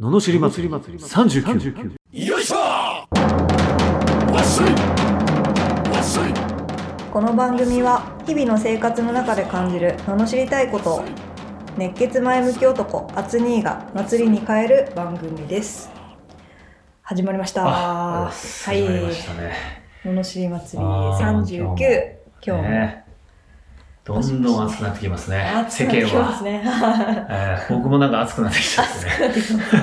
ののしり祭り39よいしょわっしょいわっしょいこの番組は日々の生活の中で感じる罵りたいことを熱血前向き男アツニーが祭りに変える番組です始まりましたあはありましたいね罵り祭りあー39今日もねどんどん暑くなってきますね暑世くなっ間てきますは、ねえー僕もなんか暑くなってきちゃってね暑くなって きます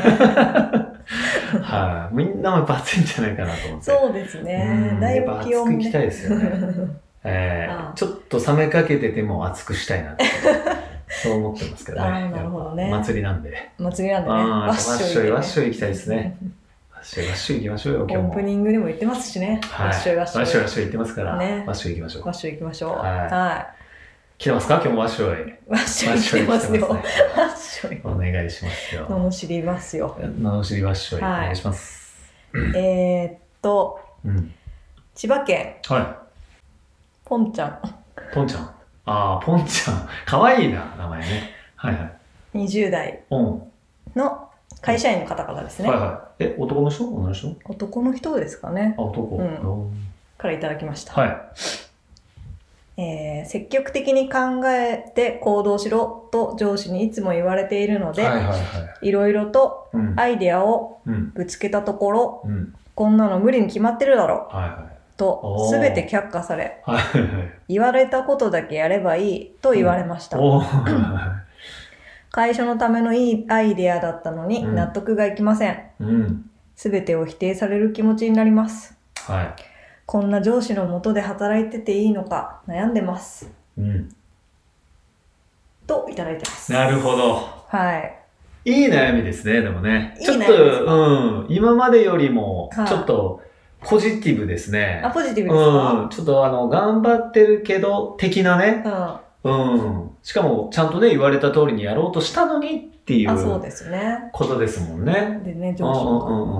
ねはい、みんなもやっぱ暑いんじゃないかなと思ってそうですねうんだいやっぱぶ暑気温くね行きたいですよね えあーあちょっと冷めかけてても暑くしたいなって そう思ってますけどねああなるほどやねっぱ祭りなんで祭りなんでねああわっしょいでねわっしょいわっしょい行きたいですねわっしょいわっしょい行きましょうよオ今日もープニングでも言ってますしねはいわっしょいわっしょいわっしょいわっしょい行ってますから、ねわっしょい行きましょうわっしょい行きましょうはいは来てますか今日もわっしょいわいわっしょいっ来しょい来ててまますすねよわ っしょいお願いしますよ罵りますよののしりわっしょい、はいお願いしますえー、っと、うん千葉県、はポンちゃん、いポンちゃんああポンちゃん可愛いな名前ねはいはい20代ポン、の会社員の方々ですね。はいはいえ男の人女の人男の人ですかねあ、男。うんうんからいただきました。はい。えー積極的に考えて行動しろと上司にいつも言われているので、はいはいはい。いろいろとうん。アイデアをうん。ぶつけたところ、うん。こんなの無理に決まってるだろはいうおと、ーすべて却下され、はい。はいはいはい。言われたことだけやればいいと言われました。おー。会社のためのいいアイデアだったのにうん納得がいきません。うん。すべてを否定される気持ちになります。はこんな上司のもとで働いてていいのか悩んでます。い。うん。といただいてます。なるほど。はい。いい悩みですね、でもね。いいちょっ悩みですと、うん。今までよりもは、いちょっと、ポジティブですねあ、。ポジティブですうん。かちょっと、あの、頑張ってるけど、的なね。ううん。しかも、ちゃんとね、言われた通りにやろうとしたのにっていん。あ、そううですね。ことですもんね。でね、う上ん司うも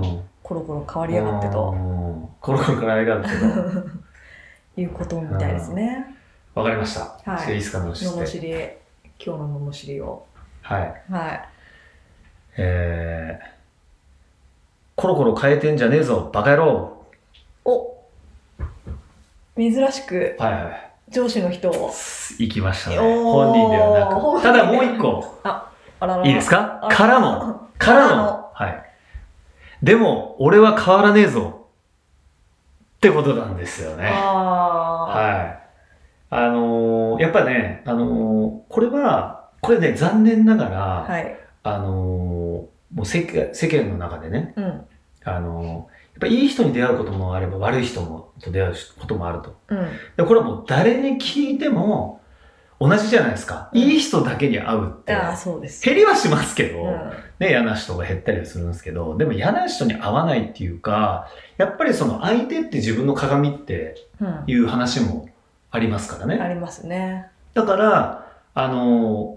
んうんうん。コロコロ変わりやがってとうん。コロコロ変わりやがってと。 いうことみたいですね。わかりました。はいい。いですか、のしののして。り、今日のののしりを。はい。はい。えー、コロコロ変えてんじゃねえぞ、バカ野郎。お珍しくはいはい。上司の人を。行きましたね。おー本人ではなく。本人たでだもう一個、 あらら。いいですかあからの、かかららのの。はい。でも、俺は変わらねえぞ。ってことなんですよね。 あはい。あのーやっぱね、あのーこれは、これね、残念ながら、あ。はい。あのーもう世間世間の中でね、うん。あの、やっぱいい人に出会うこともあれば悪い人もと出会うこともあると。うん。で、これはもう誰に聞いても同じじゃないですか。うんいい人だけに会うって。ああ、そうです。減りはしますけど、うんね、嫌な人が減ったりはするんですけど、でも嫌な人に会わないっていうか、やっぱりその相手って自分の鏡ってうん。いう話もありますからあね。りますね。だから、あの、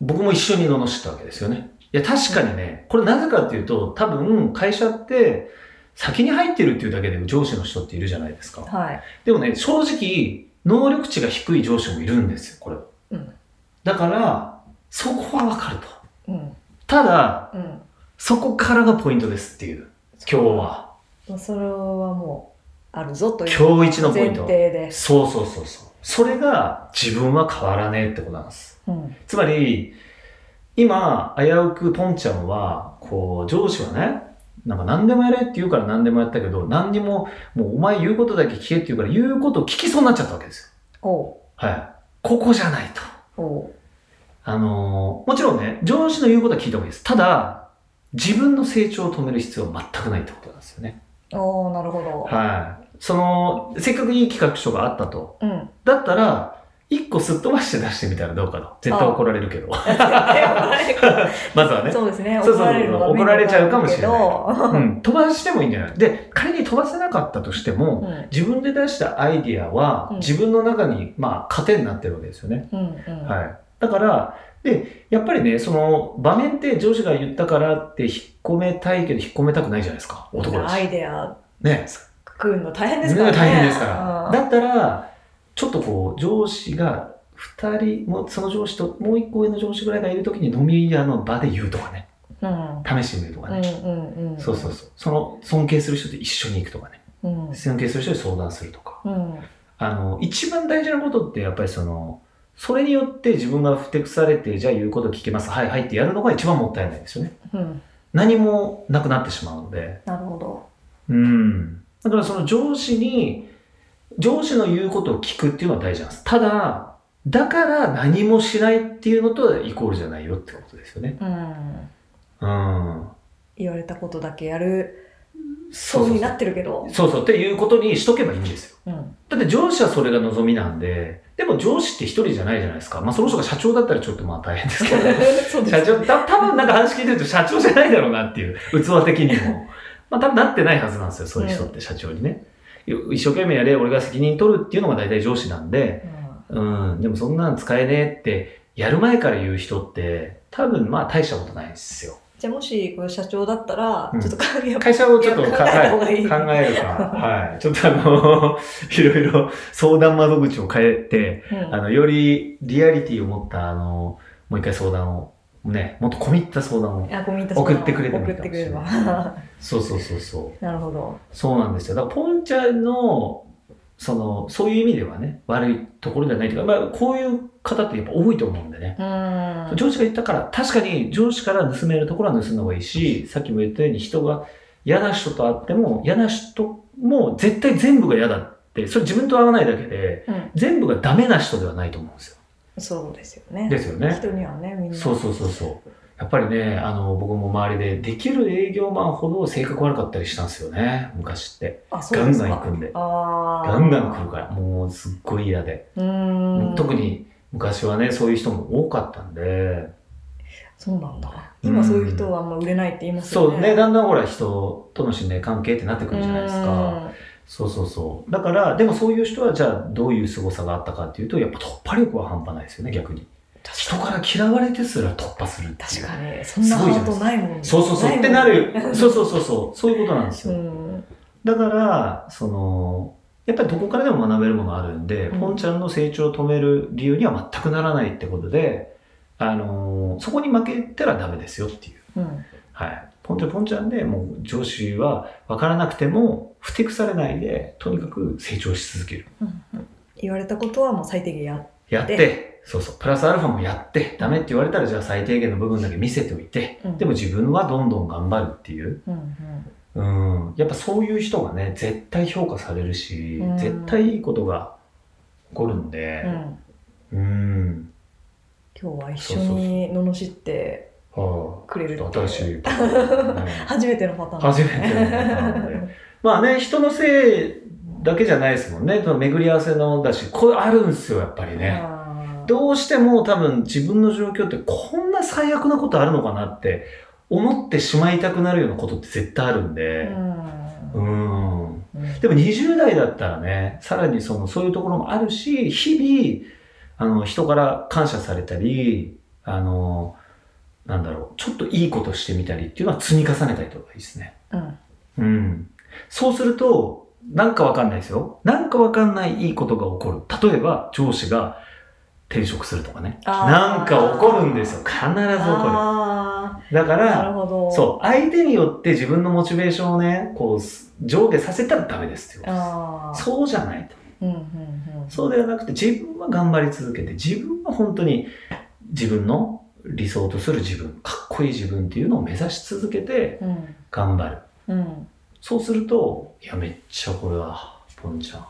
僕も一緒に罵ったわけですよね。いや、確かにね、これなぜかっていうと、多分会社って先に入ってるっていうだけで上司の人っているじゃないですか。はい。でもね、正直、能力値が低い上司もいるんですよ、これは。うんだから、そこはわかると。うん。ただ、うん。そこからがポイントですっていう、今日は。もうそれはもう、あるぞという今日一のポイ前ント。提で。そうそうそうそう。それが自分は変わらねえってことなんです。うん。つまり、今、危うくポンちゃんは、こう、上司はね、なんか何でもやれって言うから何でもやったけど、何にも、もうお前言うことだけ聞けって言うから、言うことを聞きそうになっちゃったわけですおうよ。はい。ここじゃないと。おうあのーもちろんね、上司の言うことは聞いた方がいいです。ただ、自分の成長を止める必要は全くないってことなんですよね。おうなるほど。はい。その、せっかくいい企画書があったと。うん。だったら、一個すっ飛ばして出してみたらどうかと。絶対怒られるけど。 まずはね。そうですね。そうそうそう怒られるのが怒られちゃうかもしれないなうん、飛ばしてもいいんじゃないで仮に飛ばせなかったとしても、い自分で出したアイディアは、うん自分の中に、まあ、糧になってるわけですよね。うん。うん。うん。はい、だからでやっぱりねその場面って上司が言ったからって引っ込めたいけど引っ込めたくないじゃないですか男だアし。イデアね作るの大変ですからね。大変ですから。うんだったらちょっとこう上司が2人もその上司ともう1個上の上司ぐらいがいる時に飲み屋の場で言うとかね。うん試してみるとかうんね、うんうんそうそうそうその尊敬する人と一緒に行くとかねうん尊敬する人に相談するとかうんあの一番大事なことってやっぱりそのそれによって自分がふてくされてじゃあ言うこと聞けますはいはいってやるのが一番もったいないですよねうん何もなくなってしまうのでなるほどうんだからその上司に上司の言うことを聞くっていうのは大事なんですただだから何もしないっていうのとはイコールじゃないよってことですよねうんうん言われたことだけやるそそううにそうなってるけどそうそうっていうことにしとけばいいんですようん だって上司はそれが望みなんで、でも上司って一人じゃないじゃないですか。まあその人が社長だったらちょっとまあ大変ですけど、そうです社長、た多分なんか話聞いてると社長じゃないだろうなっていう、器的にも。まあ多分なってないはずなんですよ、そういう人って社長にね。一生懸命やれ、俺が責任取るっていうのが大体上司なんで、うんうん、でもそんなん使えねえって、やる前から言う人って、多分まあ大したことないんですよ。じゃあもしこれ社長だったらうんちょっと影を会社をちょっと考えいや考えた方がいい考えるか、はい。ちょっとあの、 いろいろ相談窓口を変えて、うんあの、よりリアリティを持った、あの、もう一回相談を、ね、もっと込み入った相談を。あコミット送ってくれてもい送いっかてもくしれれなれいば そうそうそうそう。なるほどそうなんですよ。だから、ポンちゃんの、その、そういう意味ではね、悪いところではないというか、まあ、こういう方ってやっぱ多いと思うんでね。うん上司が言ったから、確かに上司から盗めるところは盗んだ方がいいし、さっきも言ったように人が嫌な人と会っても、嫌な人も絶対全部が嫌だって、それ自分と合わないだけで、うん全部がダメな人ではないと思うんですよ。そうですよねですよね。人にはねみんなそうそうそうそう。やっぱりね、あの、僕も周りで、できる営業マンほど性格悪かったりしたんですよね、昔って。あそうガでンすガかン行くんで。ああガンガン来るから、もうすっごい嫌で。うーん特に昔はね、そういう人も多かったんで、そうなんだうん今そういう人はあんま売れないって言いますよそねうね、だんだんほら人との信頼関係ってなってくるじゃないですか。うんそうそうそう。だから、でもそういう人はじゃあどういう凄さがあったかっていうと、やっぱ突破力は半端ないですよね、逆に。人から嫌われてすら突破するっていう確かにそんなハートないもんそうそうそう。いもっんてなる。そうそうそうそう。そういうことなんですうよ。んだから、その、やっぱりどこからでも学べるものあるんで、うんポンちゃんの成長を止める理由には全くならないってことで、あのーそこに負けたらダメですよっていう。うんはい。ポンちゃん、ポンちゃんで、もう上司は分からなくても、ふてくされないで、とにかく成長し続ける。うん言われたことはもう最低限やっやって、そうそう、プラスアルファもやって、ダメって言われたら、じゃあ最低限の部分だけ見せておいて、うんでも自分はどんどん頑張るっていう。うんうん、やっぱそういう人がね絶対評価されるし、うん絶対いいことが起こるのうんうで、んうん今日は一緒に罵ってはくれるっていあ、新うしいパターンだね初めてのパターン初めてのパターン でまあね人のせいだけじゃないですもんねその巡り合わせのだしこれあるんですよやっぱりね、あーどうしても多分自分の状況ってこんな最悪なことあるのかなって思ってしまいたくなるようなことって絶対あるんうで、んうんうんでも20代だったらね、さらにそのそういうところもあるし、日々、あの、人から感謝されたり、あの、なんだろう、ちょっといいことしてみたりっていうのは積み重ねたりとかいいですね。うんうん。そうすると、なんかわかんないですよ。なんかわかんないいいことが起こる。例えば、上司が転職するとかね。あなーんか起こるんですよ。必ず起こある。だかーなるら、ほどそう、相手によって自分のモチベーションをね、こう、上下させたらダメですってことです。ああそうじゃないと。うんうんうんそうではなくて、自分は頑張り続けて、自分は本当に自分の理想とする自分、かっこいい自分っていうのを目指し続けてうん頑張る。うんそうすると、いや、めっちゃこれは、ポンちゃん。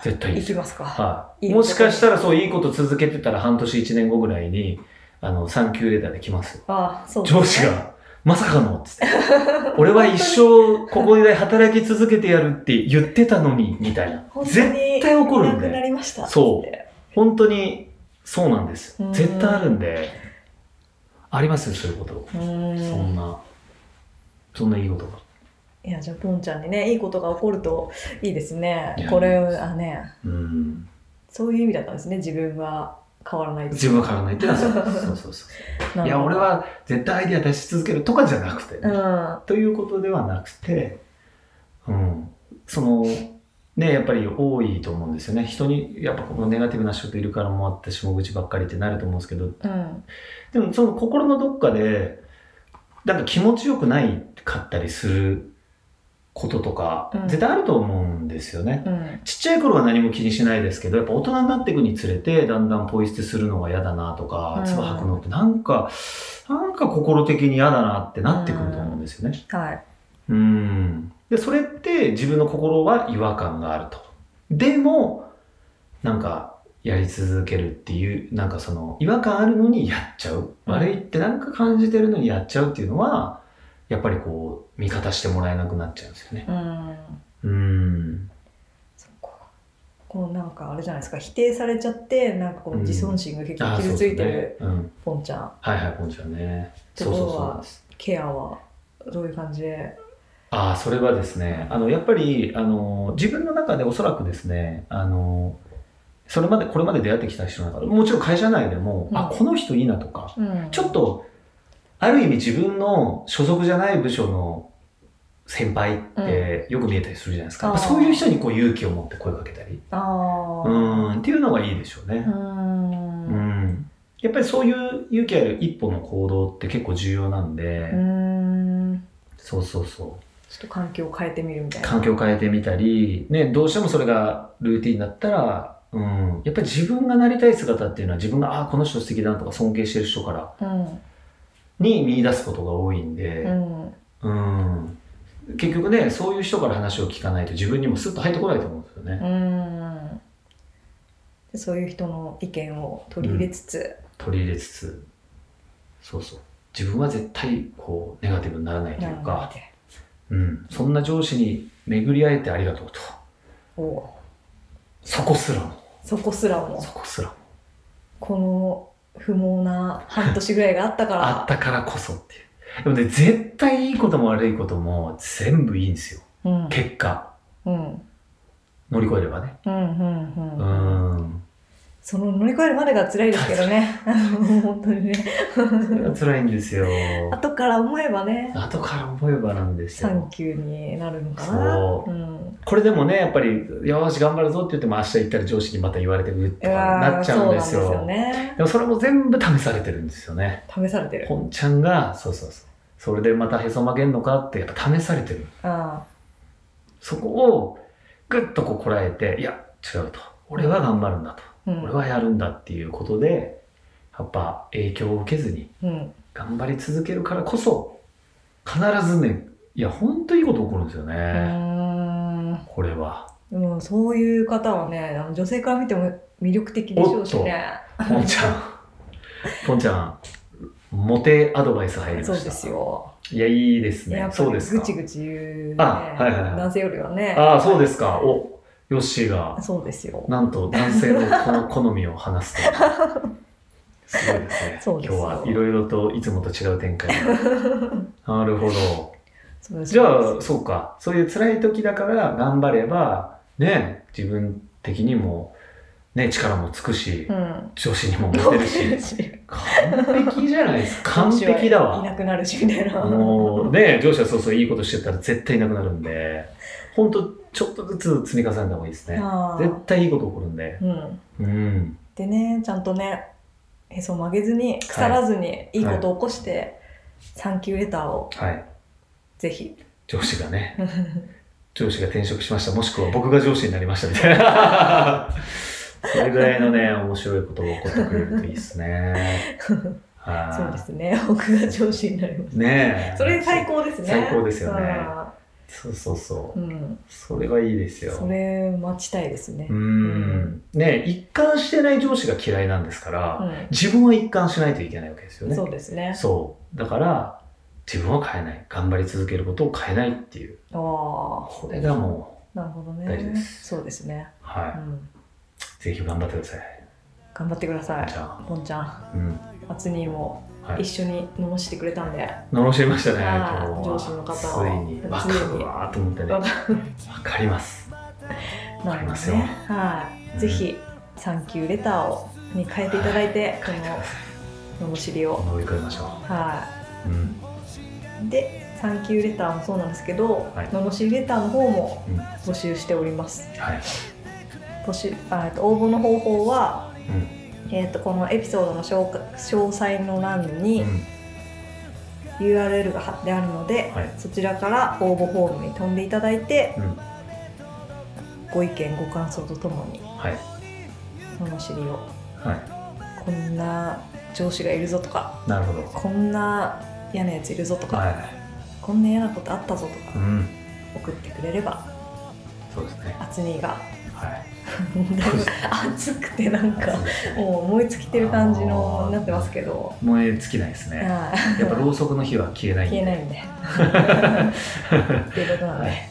絶対いい行ですきよ。ますか。はい。いいこともしかしたら、そう、いいこと続けてたら、半年1年後ぐらいに、あの、産休レターで来ますよ。あそうですね上司。が、まさかの、つ って。俺は一生、ここで働き続けてやるって言ってたのに、みたいな。本当に絶対怒るんいなでく。なりました。そうう。本当にそうなんですうん絶対あるんでありますよそういうことうそーんんなそんないいことがいやじゃあポンちゃんにねいいことが起こるといいですねいやこれいいですあねうんそういう意味だったんですね自分は変わらない自分は変わらないっていうの はそうそうそうそうないや俺は絶対アイデア出し続けるとかじゃなくて、うんはということではなくてうんそのねやっぱり多いと思うんですよね人にやっぱこのネガティブな人といるからもう私も愚痴ばっかりってなると思うんですけどいうんでもその心のどっかでなんか気持ちよくないかったりすることとか、うん絶対あると思うんですよね。うんちっちゃい頃は何も気にしないですけど、やっぱ大人になっていくにつれて、だんだんポイ捨てするのが嫌だなとうかん、唾吐くのってなんか、なんか心的に嫌だなってなってくると思うんですよね。はいうん。で、それって自分の心は違和感があると。でも、なんか、やり続けるっていう、なんかその、違和感あるのにやっちゃう。うん悪いってなんか感じてるのにやっちゃうっていうのは、やっぱりこう、味方してもらえなくなっちゃうんですよね。うんうん。そっかこうなんかあれじゃないですか否定されちゃってなんかこううん自尊心が結あー構傷ついそうてでるすねうん。ポンちゃんはいはい、こんにちはね。とそこうろはそうそうなんです。ケアはどういう感じでああ、それはですね、あの、やっぱり、あの、自分の中でおそらくですね、あの、それまで、これまで出会ってきた人の中で、もちろん会社内でも、うんあ、この人いいなとか、うんちょっと、ある意味自分の所属じゃない部署の先輩ってよく見えたりするじゃないですか。あーそういう人にこう勇気を持って声かけたり、あうあん、っていうのがいいでしょうね。うんうん。やっぱりそういう勇気ある一歩の行動って結構重要なんで、うんそうそうそう。ちょっと環境を変えてみるみたいな環境を変えてみたり、ね、どうしてもそれがルーティンだったら、うん、やっぱり自分がなりたい姿っていうのは自分が、あーこの人素敵だなとか尊敬してる人からうんに見出すことが多いんうで、んうん、結局ね、そういう人から話を聞かないと自分にもスッと入ってこないと思うんですよね。うんでそういう人の意見を取り入れつつ、取り入れつつ、そうそう。自分は絶対こう、ネガティブにならないというか、うん、そんな上司に巡り会えてありがとうと。おおそこすらも、そこすらもそこすらも。この不毛な半年ぐらいがあったからあったからこそっていう。でもね、絶対いいことも悪いことも全部いいんですよ。うん結果、うん乗り越えればね。うんうんううんーその乗り越えるまでが辛いですけど ね本当にねん。辛いんですよ。後から思えばね後から思えばなんですサンよ。キューになるのかなそううん、これでもね、やっぱり、よし、頑張るぞって言っても明日行ったら上司にまた言われてくるとうわかーなっちゃうんですよ。そうでなんですよねもそれも全部試されてるんですよね。試されてる本ちゃんが、そうそうそう。それでまたへそ曲げんのかって、やっぱ試されてる。あそこを、ぐっとこうこらえて、いや、違うと。俺は頑張るんだと。あうん俺はやるんだっていうことでやっぱ影響を受けずにうん頑張り続けるからこそ必ずねいやほんといいこと起こるんですようね、ーんこれはでもそういう方はねあの女性から見ても魅力的でしょうしねポンち ゃんポンちゃんモテアドバイス入りましそたうですよ、いやいいですやねっぱそりうですぐかちぐち言う、ねあはいはいはい男性よりはねああそうですかおヨッシーがそうですよなんと男性のこ の好みを話すというすごいですねそうですよ今日はいろいろといつもと違う展開がなるほどそうですじそうゃであすそうかそういう辛い時だから頑張ればね自分的にもね力もつくし、うん女子にもモテる し完璧じゃないですか完璧だいわなくなるしみたいなもうね上司はそうそういいことしてたら絶対いなくなるんで本当ちょっとずつ積み重ねた方がいいですねあー絶対いいこと起こるんでうん、うんでねちゃんとねへそ曲げずに腐らずにいいことを起こして、サンキューレターをはいぜひ 上司がね上司が転職しましたもしくは僕が上司になりましたみたい なそれぐらいのね面白いことが起こってくれるといいですねはいそうですね僕が上司になりますねえそれ最高ですね最高ですよねあそうそうそーううん、それはいいですよそれ待ちたいですねうーんねえ一貫してない上司が嫌いなんですから、う自分は一貫しないといけないわけですよん、ねそうですねそうだから自分は変えない頑張り続けることを変えないっていうあこれがもあなるほど大事ねですそうですね、うはうい、ん、ぜひ頑張ってください頑張ってくださじいゃあポンちゃんうんあつにもはい一緒に飲ましてくれたんで、罵りましたね、はい今日は上司の方ついに、をわかるわーと思ってね。わわかかります。わかりますよなのでねはい、うんぜひサンキューレターをに変えていただいて、こののしりを、乗り越えましょはう。うん。い、でサンキューレターもそうなんですけど、はいののしりレターの方もうん募集しております。はい。募集あえっと応募の方法は、うん。えっとこのエピソードの紹介詳細の欄に、うん URL が貼ってあるので、はいそちらから応募フォームに飛んでいただいて、うんご意見ご感想とともにはい物知りをはこんな上司がいるぞとかいなるほどこんな嫌なやついるぞとか、はいこんな嫌なことあったぞとうかん送ってくれればそうですねあつにがはいだいぶ熱くてなんそかうですねもう燃え尽きてる感じあのーなってますけど。燃え尽きないですねはいやっぱろうそくの火は消えないん消えでないんで。っていうことなんで。はい。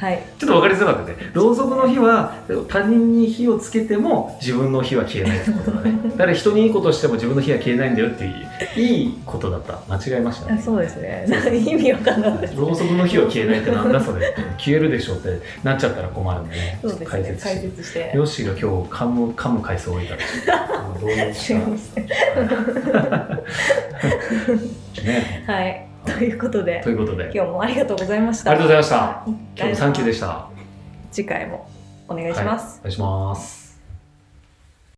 はい。 ちょっと分かりづらかったねろうそくの火は他人に火をつけても自分の火は消えないってこと だねだから人にいいことしても自分の火は消えないんだよっていういいことだった間違えましたあねそうですね。なんか意味わかんないです。ろうそくの火は消えないってなんだそれって消えるでしょってなっちゃったら困るんでねそうです解ね。説解して説して。ヨッシーが今日噛む噛む回数多いからちょっと動揺しすいませんた ねはい。ということで、ということであり今日もありがとうございました。がとうございました今日もサンキューででした次回もお願いします。お願いします